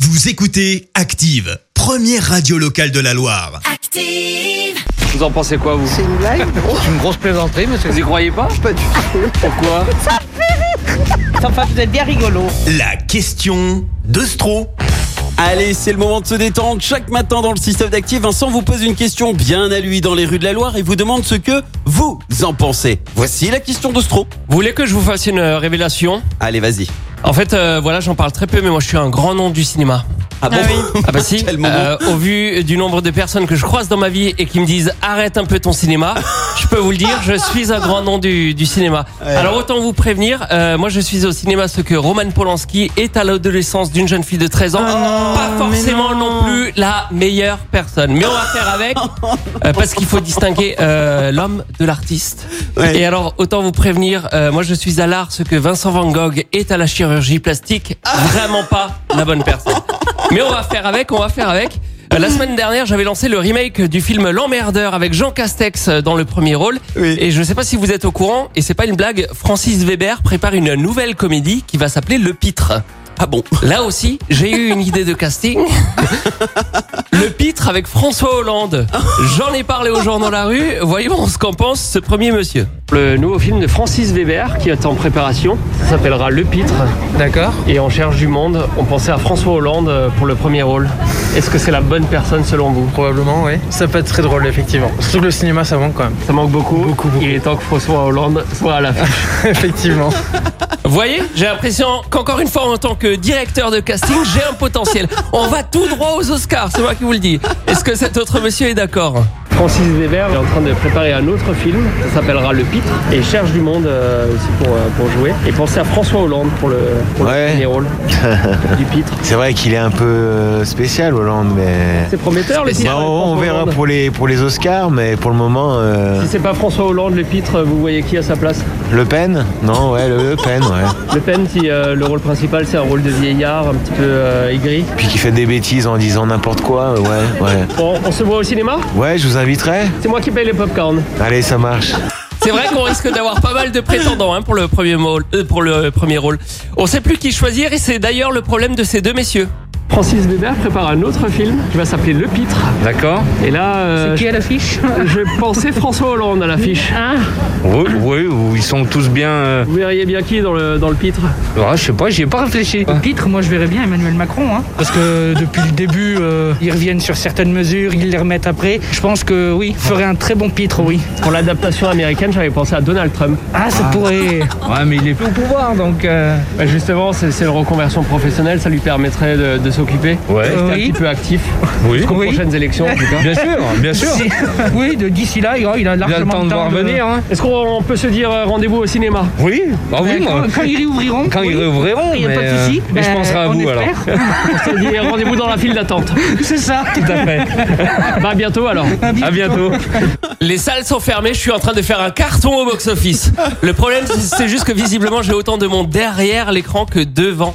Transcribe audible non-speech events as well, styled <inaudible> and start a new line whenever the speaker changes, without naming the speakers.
Vous écoutez Active, première radio locale de la Loire.
Active.
Vous en pensez quoi, vous
C'est une blague
<laughs>
C'est une grosse plaisanterie, monsieur. Vous y croyez pas
Pas du tout.
Pourquoi
Enfin, vous êtes bien rigolo.
La question de Stro.
Allez, c'est le moment de se détendre. Chaque matin dans le système d'actifs, Vincent vous pose une question bien à lui dans les rues de la Loire et vous demande ce que vous en pensez. Voici la question de Stro.
Vous voulez que je vous fasse une euh, révélation
Allez, vas-y.
En fait, euh, voilà, j'en parle très peu, mais moi je suis un grand nom du cinéma.
Ah bon
Ah bah si,
Quel moment.
euh, au vu du nombre de personnes que je croise dans ma vie et qui me disent arrête un peu ton cinéma, je peux vous le dire, je suis un grand nom du, du cinéma. Alors autant vous prévenir, euh, moi je suis au cinéma ce que Roman Polanski est à l'adolescence d'une jeune fille de 13 ans. pas forcément non. plus la meilleure personne, mais on va faire avec, euh, parce qu'il faut distinguer euh, l'homme de l'artiste.
Ouais.
Et alors autant vous prévenir, euh, moi je suis à l'art ce que Vincent Van Gogh est à la chirurgie plastique,
Ah.
vraiment pas la bonne personne. Mais on va faire avec, on va faire avec. Euh, La semaine dernière, j'avais lancé le remake du film L'emmerdeur avec Jean Castex euh, dans le premier rôle.
Oui.
Et je sais pas si vous êtes au courant, et c'est pas une blague, Francis Weber prépare une nouvelle comédie qui va s'appeler Le Pitre.
Ah bon
Là aussi, j'ai eu une idée de casting. Le Pitre avec François Hollande.
<laughs>
J'en ai parlé aux gens dans la rue. Voyons ce qu'en pense ce premier monsieur.
Le nouveau film de Francis Weber qui est en préparation. Ça s'appellera Le Pitre.
D'accord.
Et on cherche du monde. On pensait à François Hollande euh, pour le premier rôle. Est-ce que c'est la bonne personne selon vous
Probablement, oui. Ça peut être très drôle, effectivement. Surtout que le cinéma, ça manque quand même. <laughs>
Ça manque beaucoup. Il est temps que François Hollande soit à la fin.
effectivement.
Vous voyez, j'ai l'impression qu'encore une fois, en tant que directeur de casting, j'ai un potentiel. On va tout droit aux Oscars, c'est moi qui vous le dis. Est-ce que cet autre monsieur est d'accord
Francis Weber est en train de préparer un autre film. Ça s'appellera Le Pitre. Et il cherche du monde euh, aussi pour, euh, pour jouer. Et pensez à François Hollande pour le, pour le
Ouais.
premier rôle
<laughs>
du Pitre.
C'est vrai qu'il est un peu euh, spécial Hollande, mais
C'est prometteur le Pitre.
Bah,
avec
on, on
François
verra
Hollande.
pour les pour les Oscars, mais pour le moment, euh,
Si c'est pas François Hollande, le pitre, euh, vous voyez qui à sa place
Le Pen, non, ouais, Le, Le Pen, ouais.
Le Pen, si euh, le rôle principal c'est un rôle de vieillard un petit peu euh, aigri.
Puis qui fait des bêtises en disant n'importe quoi, euh, ouais, ouais.
Bon, on se voit au cinéma
Ouais, je vous inviterai.
C'est moi qui paye les popcorn.
Allez, ça marche.
C'est vrai qu'on risque d'avoir pas mal de prétendants hein, pour, le premier rôle, euh, pour le premier rôle. On sait plus qui choisir et c'est d'ailleurs le problème de ces deux messieurs.
Francis Weber prépare un autre film qui va s'appeler Le Pitre.
D'accord.
Et là, euh,
à l'affiche
je, je pensais François Hollande à l'affiche.
Ah.
Oui, oui, ou ils sont tous bien. euh,
Vous verriez bien qui dans le, dans le Pitre
ah, je sais pas, j'y ai pas réfléchi.
Pitre, moi je verrais bien Emmanuel Macron. hein. Parce que depuis le début, euh, ils reviennent sur certaines mesures, ils les remettent après. Je pense que oui, il ferait un très bon Pitre, oui.
Pour l'adaptation américaine, j'avais pensé à Donald Trump.
Ah, ça <laughs> pourrait.
Ouais, mais il est.
au pouvoir, donc. euh,
Bah, Justement, c'est c'est une reconversion professionnelle, ça lui permettrait de, de s'occuper.
Ouais.
Rester un
Oui.
petit peu actif
Oui.
aux
Oui.
prochaines élections en tout cas.
Bien sûr, bien sûr.
si- oui, de d'ici là, il a, il a
Il a
largement
le temps de voir venir. hein.
Est-ce qu'on peut se dire euh, rendez-vous au cinéma
Oui. Ah
Ouais,
oui, moi.
quand, quand ils réouvriront.
Quand
oui,
ils réouvriront.
il n'y a
mais,
pas de
euh,
souci.
mais je
Ben,
penserai à
on
vous alors. <laughs>
espère.
On se dit rendez-vous dans la file d'attente.
C'est ça.
Tout à fait.
<laughs>
Bah à bientôt alors.
À bientôt.
Les salles sont fermées, je suis en train de faire un carton au box-office. Le problème, c'est juste que visiblement, j'ai autant de monde derrière l'écran que devant